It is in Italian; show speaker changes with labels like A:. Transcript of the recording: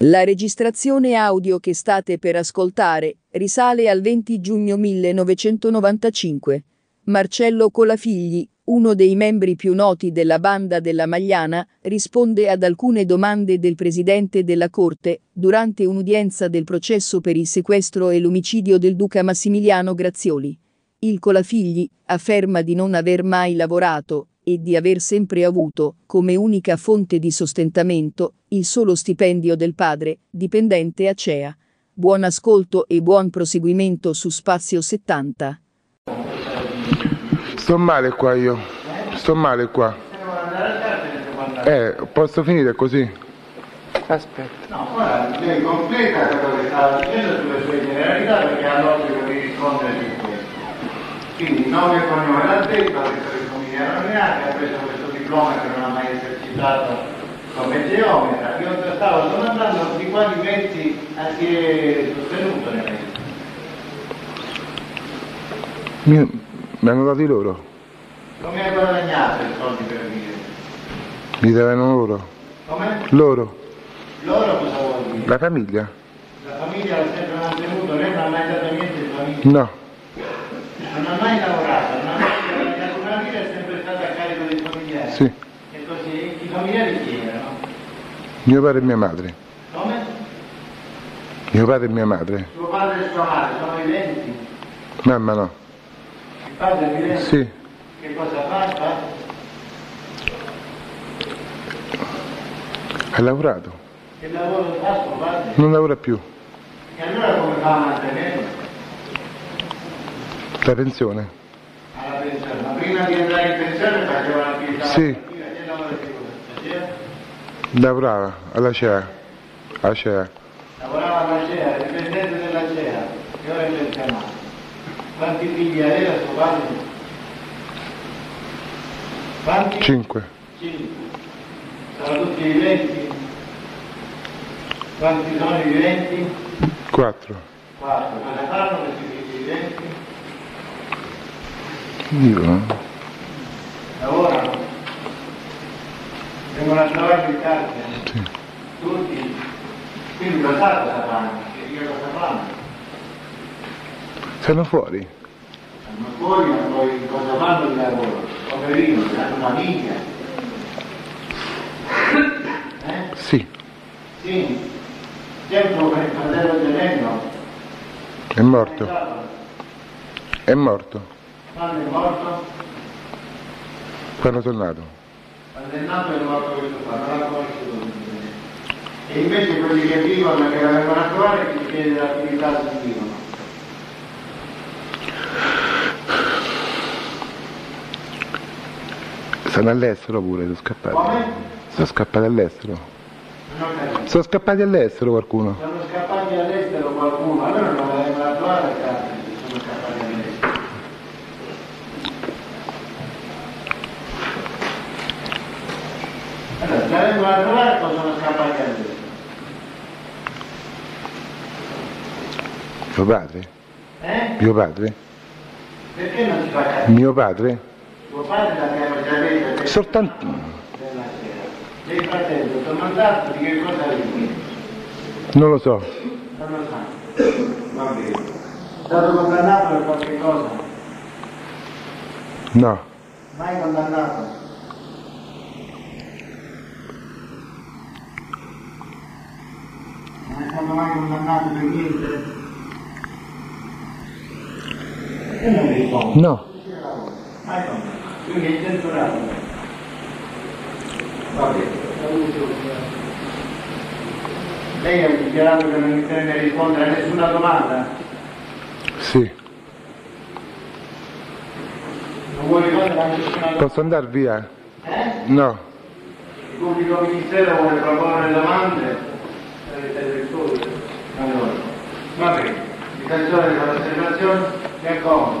A: La registrazione audio che state per ascoltare risale al 20 giugno 1995. Marcello Colafigli, uno dei membri più noti della banda della Magliana, risponde ad alcune domande del presidente della Corte durante un'udienza del processo per il sequestro e l'omicidio del duca Massimiliano Grazioli. Il Colafigli afferma di non aver mai lavorato e di aver sempre avuto, come unica fonte di sostentamento, il solo stipendio del padre, dipendente a CEA. Buon ascolto e buon proseguimento su Spazio 70.
B: Sto male qua io, sto male qua. Eh, posso finire così?
C: Aspetta.
D: No, guarda, lei completa quello che stava dicendo sulle sue generalità perché ha l'obbligo di rispondere di questo. Quindi nome e cognome l'ha detto, ha detto che somigliano neanche, ha preso questo diploma che non ha mai esercitato come geometra. Io te stavo domandando di quali mezzi si è sostenuto nei mezzi.
B: Mi, mi hanno dato i loro,
D: Come hai guadagnato i soldi per dire?
B: li davano loro,
D: Come?
B: loro,
D: Loro cosa vuol dire?
B: la famiglia?
D: La famiglia l'ha sempre mantenuto, lei non ha mai dato niente in famiglia.
B: No,
D: Non ha mai lavorato, non ha mai guadagnato una vita, è sempre stata a carico dei familiari.
B: sì,
D: E così i familiari chi erano?
B: mio padre e mia madre,
D: Come?
B: mio padre e mia madre,
D: Suo padre e sua madre sono viventi?
B: mamma no,
D: Il padre è vivente?
B: sì,
D: Che cosa fa? fa?
B: ha lavorato,
D: Che lavoro fa suo padre?
B: non lavora più,
D: E allora come fa a mantenerlo?
B: la pensione,
D: Alla pensione. Ma prima di andare in pensione faceva l'attività
B: Sì.
D: lavorativa, che lavoro che faceva?
B: lavorava alla CEA, a CEA,
D: Lavorava alla CEA, dipendente della CEA, e ora è pensionato. Quanti figli aveva suo padre? Quanti?
B: 5,
D: Cinque. Sono tutti viventi? Quanti sono i viventi?
B: 4,
D: Quattro. Cosa fanno questi figli viventi?
B: dicono,
D: Lavorano. Vengono a trovare in carcere.
B: sì,
D: Tutti. Quindi lo sa cosa fanno, che dire cosa fanno.
B: stanno fuori,
D: Ma poi, ma poi cosa fanno di lavoro? Poverino, hanno una famiglia. Eh?
B: sì,
D: Sì. Certo che il fratello gemello
B: è morto, è morto,
D: quando è morto,
B: quando sono nato.
D: quando è nato è morto questo qua, non l'ha conosciuto. E invece quelli che vivono e che la vengono a trovare che chiede l'attività si vivono.
B: Sono all'estero pure, sono scappati.
D: Come?
B: Sono scappati all'estero.
D: Non ho capito.
B: Sono scappati all'estero qualcuno.
D: Sono scappati all'estero qualcuno, allora non la vengono a trovare a casa, se sono scappati all'estero. Allora, se la vengono a trovare possono scappare all'estero.
B: Mio padre?
D: Eh?
B: Mio padre?
D: Perché non si fa capire?
B: Mio padre?
D: Tuo padre l'abbiamo già detto. che-
B: Soltanto...
D: della sera. Dei fratelli sono andato di che cosa vivi?
B: Non lo so.
D: Sono santo. Va bene. È stato condannato per qualche cosa?
B: No.
D: Mai condannato? Non è stato mai condannato per niente? Perché non mi rispondo?
B: No.
D: Mai condannato. Quindi è censurato. Va bene. Lei ha dichiarato che non intende rispondere a nessuna domanda?
B: Sì.
D: Non vuole rispondere a nessuna domanda?
B: Posso andare via?
D: Eh?
B: No.
D: Il pubblico ministero vuole proporre domande? Allora, va bene, difensore della osservazione, mi accomodo.